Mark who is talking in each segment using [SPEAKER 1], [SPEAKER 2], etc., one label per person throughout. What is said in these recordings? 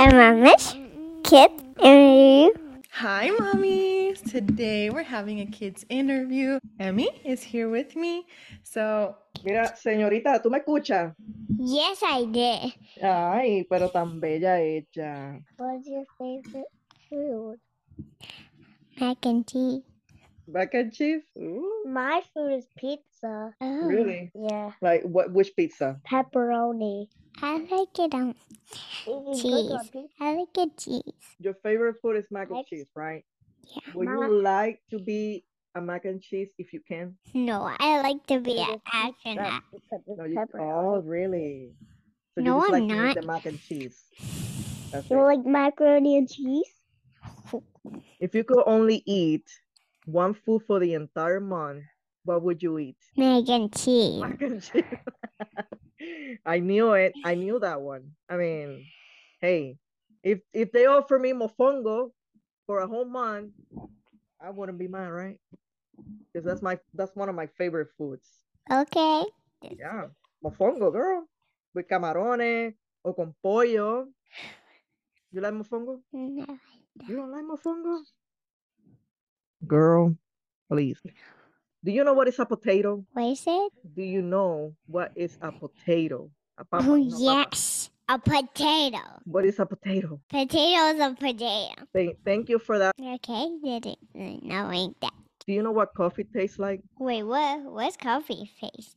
[SPEAKER 1] I'm Amish, Kip, and you.
[SPEAKER 2] Hi, mommies. Today we're having a kids interview. Emmy is here with me. So,
[SPEAKER 3] Mira, señorita, ¿tú me escuchas?
[SPEAKER 1] Yes, I did.
[SPEAKER 3] Ay, pero tan bella ella.
[SPEAKER 1] What's your favorite food? Mac and cheese.
[SPEAKER 3] Mac and cheese? Ooh,
[SPEAKER 1] My food is pizza. Oh,
[SPEAKER 3] really?
[SPEAKER 1] Yeah,
[SPEAKER 3] Like, what, which pizza?
[SPEAKER 1] pepperoni. I like it on. Cheese. I like it cheese.
[SPEAKER 3] Your favorite food is mac and
[SPEAKER 1] Mac-
[SPEAKER 3] cheese, right?
[SPEAKER 1] Yeah.
[SPEAKER 3] Would you like to be a mac and cheese if you can?
[SPEAKER 1] No, I like to be an astronaut.
[SPEAKER 3] No, you, oh, really? So
[SPEAKER 1] No,
[SPEAKER 3] you just
[SPEAKER 1] I'm
[SPEAKER 3] like to eat
[SPEAKER 1] not.
[SPEAKER 3] the mac and cheese. That's
[SPEAKER 4] You
[SPEAKER 3] it.
[SPEAKER 4] like macaroni and cheese?
[SPEAKER 3] If you could only eat one food for the entire month, what would you eat?
[SPEAKER 1] Mac and cheese.
[SPEAKER 3] Mac and cheese. I knew it. I knew that one. I mean, hey, if if they offer me mofongo for a whole month, I wouldn't be mad, right? Because that's my that's one of my favorite foods.
[SPEAKER 1] Okay.
[SPEAKER 3] Yeah, mofongo, girl, with camarones or con pollo. You like mofongo?
[SPEAKER 1] No.
[SPEAKER 3] You don't like mofongo? Girl, please. Do you know what is a potato?
[SPEAKER 1] What is it?
[SPEAKER 3] Do you know what is a potato? A papa,
[SPEAKER 1] oh,
[SPEAKER 3] no, papa.
[SPEAKER 1] yes. A potato.
[SPEAKER 3] What is a potato?
[SPEAKER 1] Potato is a potato.
[SPEAKER 3] Thank, thank you for that.
[SPEAKER 1] Okay, didn't knowing that.
[SPEAKER 3] Do you know what coffee tastes like?
[SPEAKER 1] Wait, what? What's coffee faced?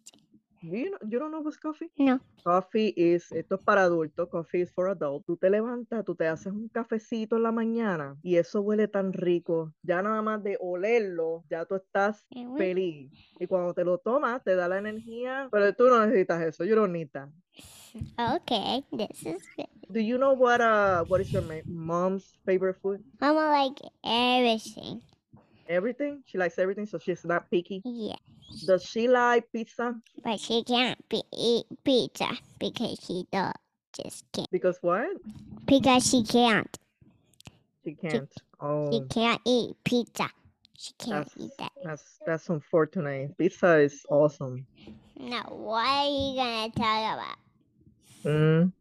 [SPEAKER 3] Do you know, you don't know what's coffee?
[SPEAKER 1] No.
[SPEAKER 3] Coffee is, esto es para adultos, coffee is for adults. Tú te levantas, tú te haces un cafecito en la mañana y eso huele tan rico. Ya nada más de olerlo, ya tú estás
[SPEAKER 1] Eh, what?
[SPEAKER 3] feliz. Y cuando te lo tomas, te da la energía, pero tú no necesitas eso, you don't need that.
[SPEAKER 1] Okay, this is good.
[SPEAKER 3] Do you know what, uh, what is your ma- mom's favorite food?
[SPEAKER 1] Mama like everything.
[SPEAKER 3] Everything? She likes everything, so she's not picky.
[SPEAKER 1] Yeah,
[SPEAKER 3] Does she like pizza?
[SPEAKER 1] but she can't be eat pizza because she don't just can't
[SPEAKER 3] Because what?
[SPEAKER 1] because she can't
[SPEAKER 3] She can't.
[SPEAKER 1] she
[SPEAKER 3] Oh,
[SPEAKER 1] can't eat pizza. She can't
[SPEAKER 3] that's,
[SPEAKER 1] eat that.
[SPEAKER 3] that's that's unfortunate. Pizza is awesome.
[SPEAKER 1] Now what are you gonna talk about?
[SPEAKER 3] Mm.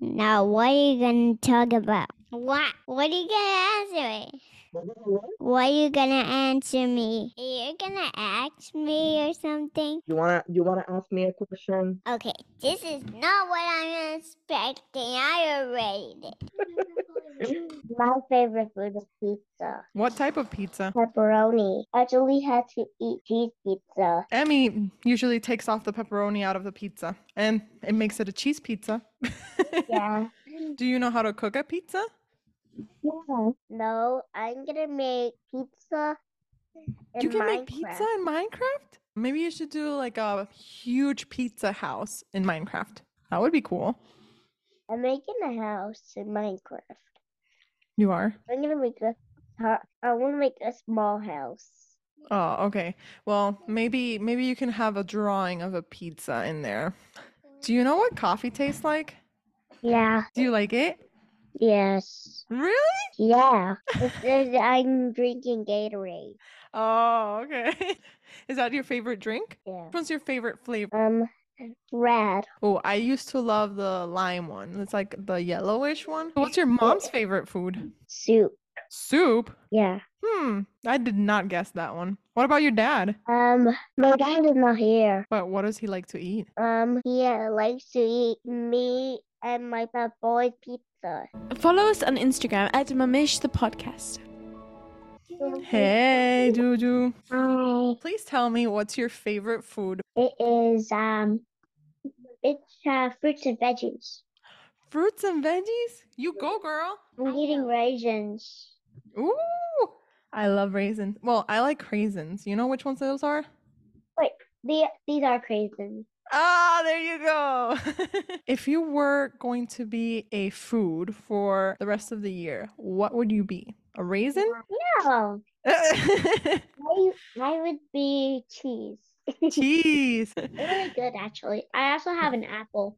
[SPEAKER 1] Now what are you gonna talk about? What? What are you gonna answer me? What are you gonna answer me? You're gonna ask me or something?
[SPEAKER 3] You wanna you wanna ask me a question?
[SPEAKER 1] Okay, this is not what I'm expecting. I already did.
[SPEAKER 4] My favorite food is pizza.
[SPEAKER 2] what type of pizza?
[SPEAKER 4] Pepperoni. I Actually, had to eat cheese pizza.
[SPEAKER 2] Emmy usually takes off the pepperoni out of the pizza and it makes it a cheese pizza.
[SPEAKER 4] Yeah.
[SPEAKER 2] Do you know how to cook a pizza?
[SPEAKER 4] yeah. No, I'm gonna make pizza. In
[SPEAKER 2] you can
[SPEAKER 4] Minecraft.
[SPEAKER 2] make pizza in Minecraft? Maybe you should do like a huge pizza house in Minecraft. That would be cool.
[SPEAKER 4] I'm making a house in Minecraft.
[SPEAKER 2] You are.
[SPEAKER 4] I'm gonna make a. ho- I want to make a small house.
[SPEAKER 2] Oh, okay. Well, maybe maybe you can have a drawing of a pizza in there. Do you know what coffee tastes like?
[SPEAKER 4] Yeah.
[SPEAKER 2] Do you like it?
[SPEAKER 4] Yes.
[SPEAKER 2] Really?
[SPEAKER 4] Yeah. It's, it's, I'm drinking Gatorade.
[SPEAKER 2] Oh, okay. Is that your favorite drink?
[SPEAKER 4] Yeah.
[SPEAKER 2] Which one's your favorite flavor?
[SPEAKER 4] Um, red.
[SPEAKER 2] Oh, I used to love the lime one. It's like the yellowish one. What's your mom's favorite food?
[SPEAKER 4] soup.
[SPEAKER 2] Soup?
[SPEAKER 4] Yeah.
[SPEAKER 2] Hmm. I did not guess that one. What about your dad?
[SPEAKER 4] Um, my dad is not here.
[SPEAKER 2] But what does he like to eat?
[SPEAKER 4] Um, he uh, likes to eat me and my bad boy pizza.
[SPEAKER 5] Follow us on Instagram at Mamish the Podcast.
[SPEAKER 2] Hey, Juju.
[SPEAKER 4] Hi.
[SPEAKER 2] Please tell me what's your favorite food?
[SPEAKER 4] It is um, it's uh, fruits and veggies.
[SPEAKER 2] Fruits and veggies? You go, girl.
[SPEAKER 4] I'm
[SPEAKER 5] Oh.
[SPEAKER 4] eating raisins.
[SPEAKER 2] Ooh. I love raisins. Well, I like raisins. You know which ones those are?
[SPEAKER 4] The these are raisins.
[SPEAKER 2] Ah, there you go. if you were going to be a food for the rest of the year, what would you be? A raisin?
[SPEAKER 4] No, I I would be cheese.
[SPEAKER 2] Cheese.
[SPEAKER 4] Really good, actually. I also have an apple.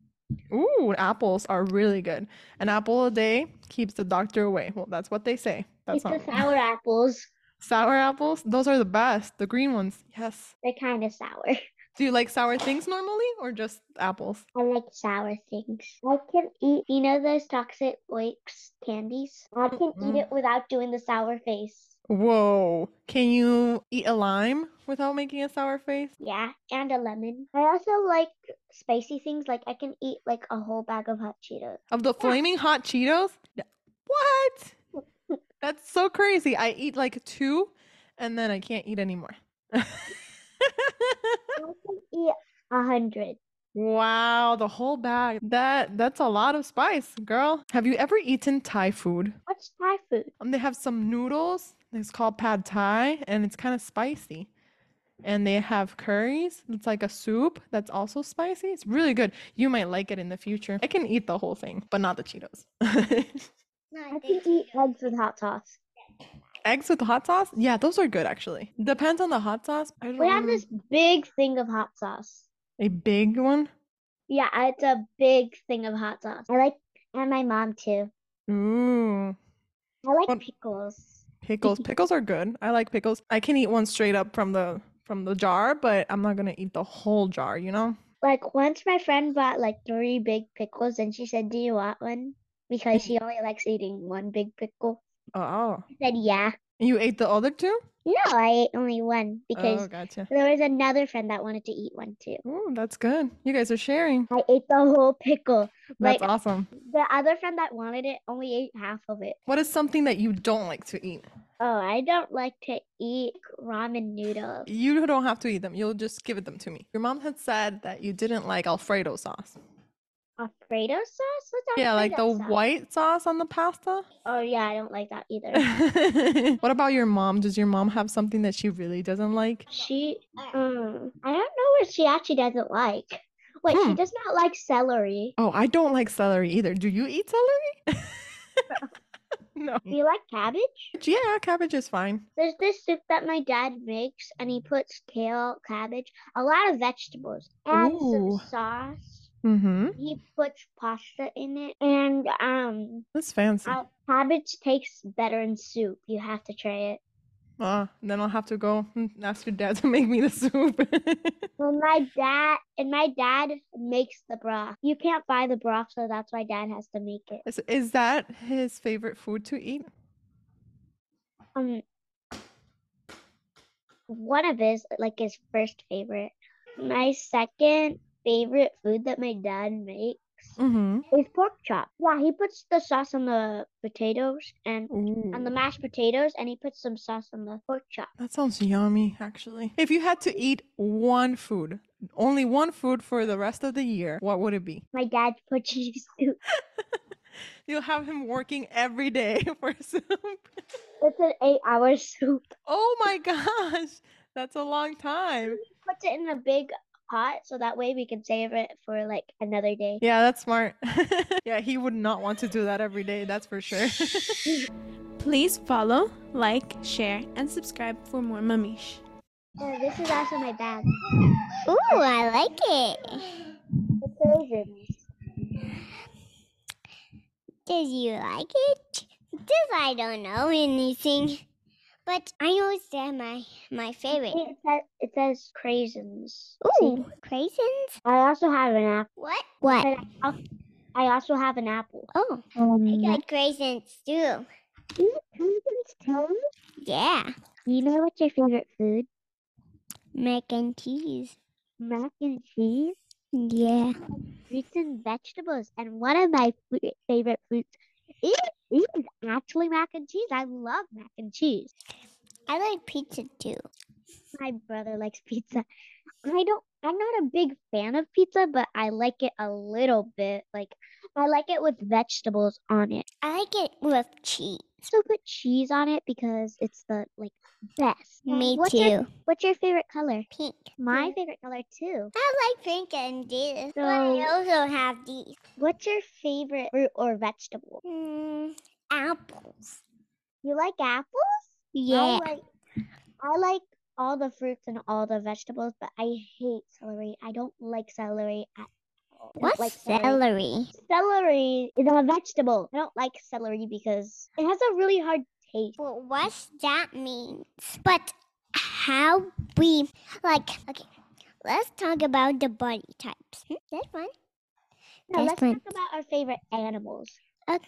[SPEAKER 2] Ooh, apples are really good. An apple a day keeps the doctor away. Well, that's what they say. That's
[SPEAKER 4] It's the
[SPEAKER 2] not
[SPEAKER 4] sour apples.
[SPEAKER 2] sour apples. Those are the best. The green ones. Yes.
[SPEAKER 4] They're kind of sour.
[SPEAKER 2] Do you like sour things normally or just apples?
[SPEAKER 4] I like sour things. I can eat, you know, those toxic wakes candies? I can
[SPEAKER 2] Mm-mm.
[SPEAKER 4] eat it without doing the sour face.
[SPEAKER 2] Whoa. Can you eat a lime without making a sour face?
[SPEAKER 4] Yeah, and a lemon. I also like spicy things. Like, I can eat like a whole bag of hot Cheetos.
[SPEAKER 2] Of the flaming hot Cheetos? Yeah. What? That's so crazy. I eat like two and then I can't eat anymore.
[SPEAKER 4] I can eat a hundred.
[SPEAKER 2] wow, the whole bag. That that's a lot of spice, girl. Have you ever eaten Thai food?
[SPEAKER 4] What's Thai food?
[SPEAKER 2] Um, they have some noodles. It's called pad thai, and it's kind of spicy. And they have curries. It's like a soup that's also spicy. It's really good. You might like it in the future. I can eat the whole thing, but not the Cheetos.
[SPEAKER 4] I can eat eggs with hot sauce.
[SPEAKER 2] Eggs with hot sauce? Yeah, those are good actually. Depends on the hot sauce. I
[SPEAKER 4] We have
[SPEAKER 2] don't-
[SPEAKER 4] this big thing of hot sauce.
[SPEAKER 2] a big one.
[SPEAKER 4] Yeah, it's a big thing of hot sauce. I like, and my mom too.
[SPEAKER 2] Ooh.
[SPEAKER 4] I like
[SPEAKER 2] What-
[SPEAKER 4] pickles.
[SPEAKER 2] Pickles. Pickles are good. I like pickles. I can eat one straight up from the from the jar, but I'm not gonna eat the whole jar, you know?
[SPEAKER 4] Like once my friend bought like three big pickles and she said, Do you want one? Because she only likes eating one big pickle.
[SPEAKER 2] Oh.
[SPEAKER 4] I said, Yeah.
[SPEAKER 2] You ate the other two?
[SPEAKER 4] No, I ate only one because
[SPEAKER 2] Oh, gotcha.
[SPEAKER 4] there was another friend that wanted to eat one too.
[SPEAKER 2] Ooh, that's good. You guys are sharing.
[SPEAKER 4] I ate the whole pickle.
[SPEAKER 2] That's
[SPEAKER 4] Like
[SPEAKER 2] awesome.
[SPEAKER 4] the other friend that wanted it only ate half of it.
[SPEAKER 2] What is something that you don't like to eat?
[SPEAKER 4] Oh, I don't like to eat ramen noodles.
[SPEAKER 2] You don't have to eat them. You'll just give it them to me. Your mom had said that you didn't like Alfredo sauce.
[SPEAKER 4] Alfredo sauce? What's
[SPEAKER 2] Yeah, like the
[SPEAKER 4] Alfredo sauce?
[SPEAKER 2] white sauce on the pasta.
[SPEAKER 4] Oh yeah, I don't like that either.
[SPEAKER 2] what about your mom? Does your mom have something that she really doesn't like?
[SPEAKER 4] She, mm, I don't know what she actually doesn't like. Wait,
[SPEAKER 2] Hmm.
[SPEAKER 4] she does not like celery.
[SPEAKER 2] Oh, I don't like celery either. Do you eat celery? no.
[SPEAKER 4] Do you like cabbage?
[SPEAKER 2] Yeah, cabbage is fine.
[SPEAKER 4] There's this soup that my dad makes, and he puts kale, cabbage, a lot of vegetables, and
[SPEAKER 2] Ooh.
[SPEAKER 4] some sauce.
[SPEAKER 2] Mm-hmm.
[SPEAKER 4] He puts pasta in it, and um,
[SPEAKER 2] That's fancy.
[SPEAKER 4] uh, cabbage tastes better in soup. You have to try it.
[SPEAKER 2] Ah, then I'll have to go and ask your dad to make me the soup.
[SPEAKER 4] Well, my dad and my dad makes the broth. You can't buy the broth, so that's why dad has to make it.
[SPEAKER 2] is, is that his favorite food to eat?
[SPEAKER 4] Um, one of his, like his first favorite. My second favorite food that my dad makes
[SPEAKER 2] Mm-hmm.
[SPEAKER 4] is pork chop. Yeah, he puts the sauce on the potatoes and
[SPEAKER 2] Ooh.
[SPEAKER 4] on the mashed potatoes, and he puts some sauce on the pork chop.
[SPEAKER 2] That sounds yummy, actually. If you had to eat one food, only one food for the rest of the year, what would it be?
[SPEAKER 4] My dad's Portuguese soup.
[SPEAKER 2] You'll have him working every day for soup.
[SPEAKER 4] It's an eight-hour soup.
[SPEAKER 2] Oh my gosh, that's a long time.
[SPEAKER 4] Puts it in a big pot, so that way we can save it for like another day.
[SPEAKER 2] Yeah, that's smart. yeah, he would not want to do that every day, that's for sure.
[SPEAKER 5] Please follow, like, share, and subscribe for more Mamish.
[SPEAKER 4] Oh, this is also my bag.
[SPEAKER 1] Ooh, I like it.
[SPEAKER 4] It's frozen.
[SPEAKER 1] Does you like it? This I don't know anything. But I know that my my favorite.
[SPEAKER 4] It says, it says craisins. See?
[SPEAKER 1] Ooh, craisins?
[SPEAKER 4] I also have an apple.
[SPEAKER 1] What? What?
[SPEAKER 4] I also have an apple.
[SPEAKER 1] Oh, I got craisins too.
[SPEAKER 4] Craisins too?
[SPEAKER 1] Yeah,
[SPEAKER 4] You know what's your favorite food?
[SPEAKER 1] mac and cheese.
[SPEAKER 4] Mac and cheese,
[SPEAKER 1] Yeah.
[SPEAKER 4] fruits and vegetables. And one of my fu- favorite foods is, is actually mac and cheese. I love mac and cheese.
[SPEAKER 1] I like pizza too.
[SPEAKER 4] My brother likes pizza. I don't. I'm not a big fan of pizza, but I like it a little bit. Like I like it with vegetables on it.
[SPEAKER 1] I like it with cheese.
[SPEAKER 4] also put cheese on it because it's the like best.
[SPEAKER 1] Me
[SPEAKER 4] what's
[SPEAKER 1] too.
[SPEAKER 4] Your, what's your favorite color?
[SPEAKER 1] Pink.
[SPEAKER 4] My favorite color too.
[SPEAKER 1] I like pink and this. But I
[SPEAKER 4] So-
[SPEAKER 1] also have these.
[SPEAKER 4] What's your favorite fruit or vegetable?
[SPEAKER 1] Mm, apples.
[SPEAKER 4] You like apples?
[SPEAKER 1] Yeah.
[SPEAKER 4] I like, I like all the fruits and all the vegetables, but I hate celery. I don't like celery at all. I don't
[SPEAKER 1] What's
[SPEAKER 4] like
[SPEAKER 1] celery?
[SPEAKER 4] Celery is a vegetable. I don't like celery because it has a really hard taste.
[SPEAKER 1] Well, what's that means? But how we like okay, Let's talk about the body types. Hmm, That's fun.
[SPEAKER 4] No,
[SPEAKER 1] That's
[SPEAKER 4] let's
[SPEAKER 1] fun.
[SPEAKER 4] talk about our favorite animals.
[SPEAKER 1] I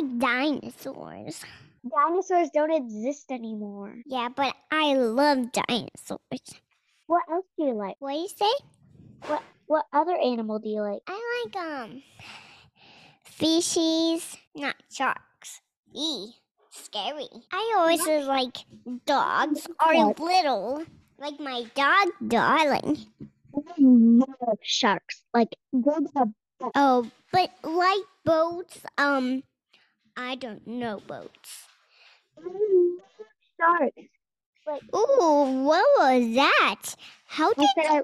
[SPEAKER 1] like dinosaurs.
[SPEAKER 4] Dinosaurs don't exist anymore.
[SPEAKER 1] Yeah, but I love dinosaurs.
[SPEAKER 4] What else do you like?
[SPEAKER 1] What do you say?
[SPEAKER 4] What other animal do you like?
[SPEAKER 1] I like um fishies, not sharks. E scary. I always was like dogs are
[SPEAKER 4] Dog.
[SPEAKER 1] little. Like my dog darling.
[SPEAKER 4] love sharks. Like they're the
[SPEAKER 1] Oh, but like boats, um I don't know boats.
[SPEAKER 4] sharks.
[SPEAKER 1] Ooh, what was that? How
[SPEAKER 4] I
[SPEAKER 1] did
[SPEAKER 4] said I,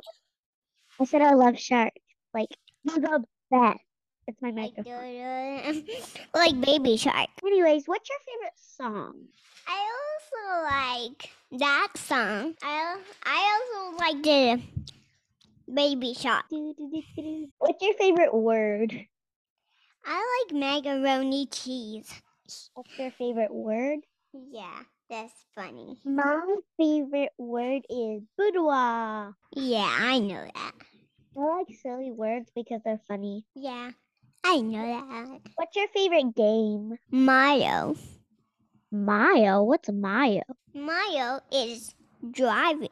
[SPEAKER 4] I said I love sharks. Like they're the best. It's my
[SPEAKER 1] like,
[SPEAKER 4] microphone.
[SPEAKER 1] like baby shark.
[SPEAKER 4] Anyways, what's your favorite song?
[SPEAKER 1] I also like that song. I al- I also like the baby shark.
[SPEAKER 4] Doo-doo-doo-doo-doo. What's your favorite word?
[SPEAKER 1] I like macaroni cheese.
[SPEAKER 4] What's your favorite word?
[SPEAKER 1] Yeah, that's funny.
[SPEAKER 4] My favorite word is boudoir.
[SPEAKER 1] Yeah, I know that.
[SPEAKER 4] I like silly words because they're funny.
[SPEAKER 1] Yeah, I know that.
[SPEAKER 4] What's your favorite game?
[SPEAKER 1] Mayo.
[SPEAKER 4] Mayo. What's Mayo?
[SPEAKER 1] Mayo is driving.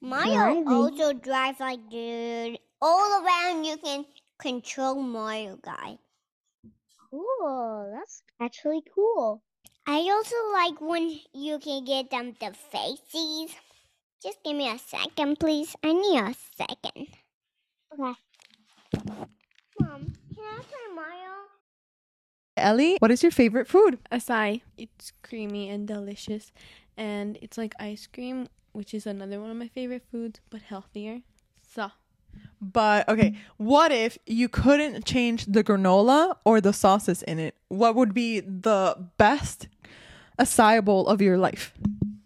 [SPEAKER 1] Mayo
[SPEAKER 4] Driving?
[SPEAKER 1] also drives like dude. All around you can control Mario guy.
[SPEAKER 4] Cool. That's actually cool.
[SPEAKER 1] I also like when you can get them the faces. Just give me a second, please. I need a second.
[SPEAKER 4] Okay.
[SPEAKER 1] Mom, can I play Mario?
[SPEAKER 2] Ellie, what is your favorite food?
[SPEAKER 5] Acai. It's creamy and delicious, and it's like ice cream, which is another one of my favorite foods, but healthier. So,
[SPEAKER 2] But okay, what if you couldn't change the granola or the sauces in it? What would be the best acai bowl of your life?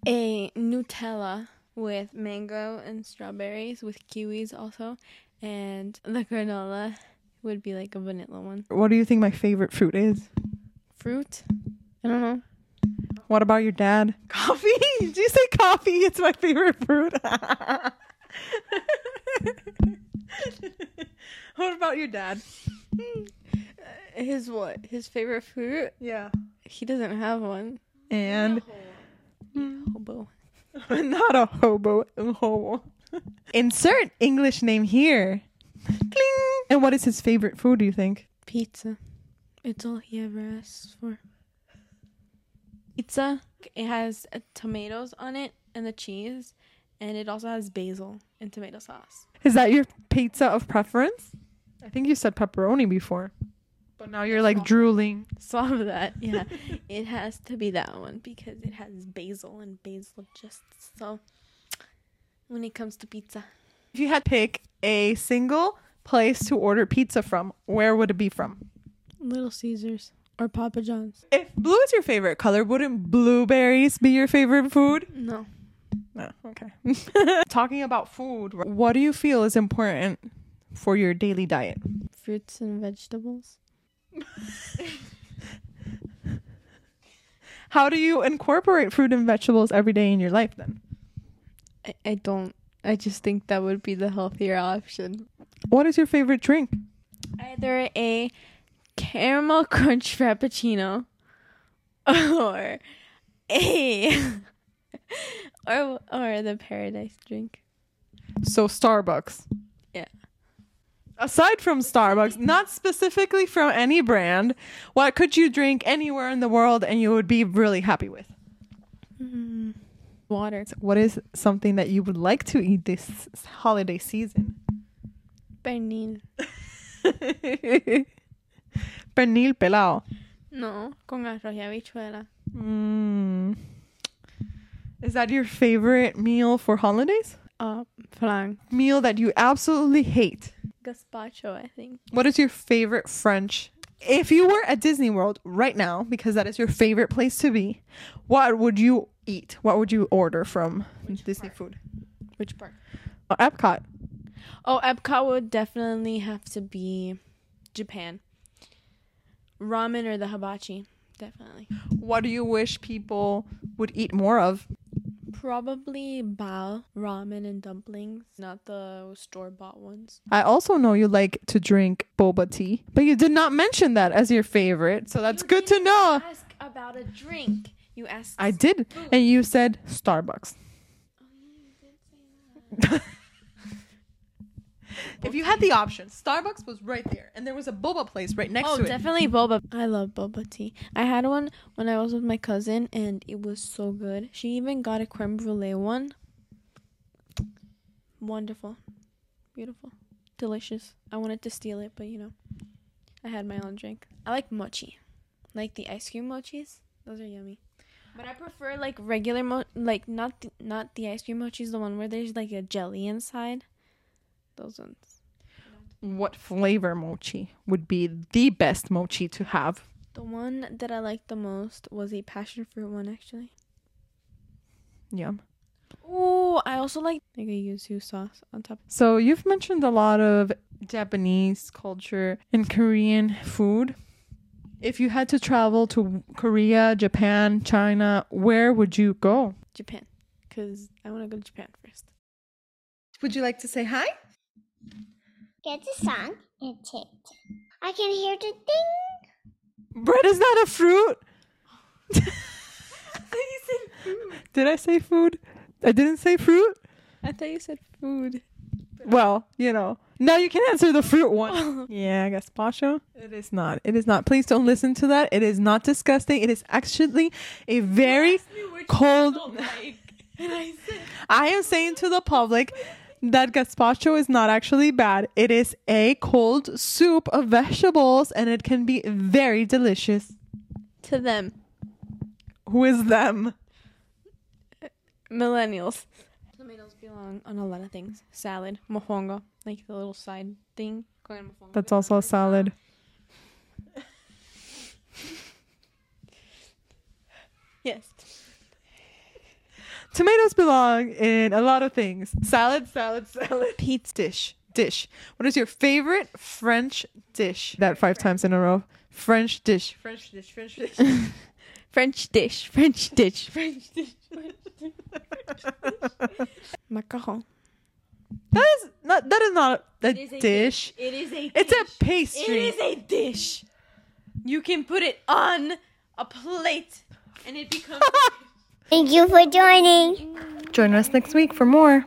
[SPEAKER 5] a Nutella with mango and strawberries with kiwis also, and the granola would be like a vanilla one.
[SPEAKER 2] What do you think my favorite fruit is?
[SPEAKER 5] Fruit? I don't know.
[SPEAKER 2] What about your dad? Coffee? Did you say coffee? It's my favorite fruit. what about your dad?
[SPEAKER 5] His what? His favorite fruit?
[SPEAKER 2] Yeah.
[SPEAKER 5] He doesn't have one.
[SPEAKER 2] And
[SPEAKER 5] Hobo.
[SPEAKER 2] not a hobo. a hobo. Insert English name here. Cling. And what is his favorite food, do you think?
[SPEAKER 5] Pizza. It's all he ever asks for. Pizza. It has uh, tomatoes on it and the cheese, and it also has basil and tomato sauce.
[SPEAKER 2] Is that your pizza of preference? I think you said pepperoni before. But now you're like drooling.
[SPEAKER 5] Swallow that. Yeah, it has to be that one because it has basil and basil just so. When it comes to pizza,
[SPEAKER 2] If you had to pick a single place to order pizza from, where would it be from?
[SPEAKER 5] Little Caesars or Papa John's.
[SPEAKER 2] If blue is your favorite color, wouldn't blueberries be your favorite food?
[SPEAKER 5] No.
[SPEAKER 2] No. Okay. Talking about food, what do you feel is important for your daily diet?
[SPEAKER 5] Fruits and vegetables.
[SPEAKER 2] How do you incorporate fruit and vegetables every day in your life then?
[SPEAKER 5] I, I don't. I just think that would be the healthier option.
[SPEAKER 2] What is your favorite drink?
[SPEAKER 5] either a caramel crunch frappuccino or a or or the paradise drink.
[SPEAKER 2] So Starbucks.
[SPEAKER 5] Yeah.
[SPEAKER 2] Aside from Starbucks, not specifically from any brand, what could you drink anywhere in the world and you would be really happy with?
[SPEAKER 5] Water.
[SPEAKER 2] What is something that you would like to eat this holiday season?
[SPEAKER 5] Pernil.
[SPEAKER 2] Pernil pelao.
[SPEAKER 5] No, con arroz y habichuela.
[SPEAKER 2] Mm. Is that your favorite meal for holidays?
[SPEAKER 5] Uh, flan.
[SPEAKER 2] Meal that you absolutely hate.
[SPEAKER 5] Gazpacho, I think.
[SPEAKER 2] What is your favorite French? If you were at Disney World right now, because that is your favorite place to be, what would you eat? What would you order from Disney food?
[SPEAKER 5] Which part?
[SPEAKER 2] Uh, Epcot.
[SPEAKER 5] Oh, Epcot would definitely have to be Japan. Ramen or the hibachi, definitely.
[SPEAKER 2] What do you wish people would eat more of?
[SPEAKER 5] Probably bao ramen and dumplings, not the store bought ones.
[SPEAKER 2] I also know you like to drink boba tea, but you did not mention that as your favorite, so that's
[SPEAKER 5] You
[SPEAKER 2] good to
[SPEAKER 5] didn't
[SPEAKER 2] know.
[SPEAKER 5] Ask about a drink. You asked.
[SPEAKER 2] I did, and you said Starbucks. if you had the option, Starbucks was right there, and there was a boba place right next
[SPEAKER 5] Oh,
[SPEAKER 2] to it.
[SPEAKER 5] definitely boba. I love boba tea. I had one when I was with my cousin, and it was so good. She even got a creme brulee one. Wonderful, beautiful, delicious. I wanted to steal it, but you know, I had my own drink. I like mochi, like the ice cream mochis. Those are yummy. But I prefer like regular mo, like not the, not the ice cream mochis, the one where there's like a jelly inside. Those ones.
[SPEAKER 2] what flavor mochi would be the best mochi to have?
[SPEAKER 5] The one that I liked the most was a passion fruit one, actually.
[SPEAKER 2] Yum.
[SPEAKER 5] Oh, I also like like a yuzu sauce on top.
[SPEAKER 2] So you've mentioned a lot of Japanese culture and Korean food. If you had to travel to Korea, Japan, China, where would you go?
[SPEAKER 5] Japan, because I want to go to Japan first.
[SPEAKER 2] Would you like to say hi?
[SPEAKER 1] Get the song and tick. tick. I can hear the ding.
[SPEAKER 2] Bread is not a fruit. Did I say food? I didn't say fruit.
[SPEAKER 5] I thought you said food.
[SPEAKER 2] Well, you know. Now you can answer the fruit one. yeah, gazpacho. It is not. It is not. Please don't listen to that. It is not disgusting. It is actually a very cold. I am saying to the public that gazpacho is not actually bad. It is a cold soup of vegetables, and it can be very delicious.
[SPEAKER 5] To them,
[SPEAKER 2] Who is them?
[SPEAKER 5] millennials. Tomatoes belong on a lot of things. Salad, mojongo, like the little side thing. Call it mojongo.
[SPEAKER 2] That's also a salad.
[SPEAKER 5] Yes.
[SPEAKER 2] Tomatoes belong in a lot of things. Salad, salad, salad. Pizza dish. Dish. What is your favorite French dish? That five times in a row. French dish. French dish. French dish.
[SPEAKER 5] French dish, French dish, French dish, French dish. Macaron.
[SPEAKER 2] that is not. That is not a
[SPEAKER 5] is a
[SPEAKER 2] dish.
[SPEAKER 5] It is a
[SPEAKER 2] It's a pastry.
[SPEAKER 5] It is a dish. You can put it on a plate and it becomes
[SPEAKER 1] Thank you for joining.
[SPEAKER 2] Join us next week for more.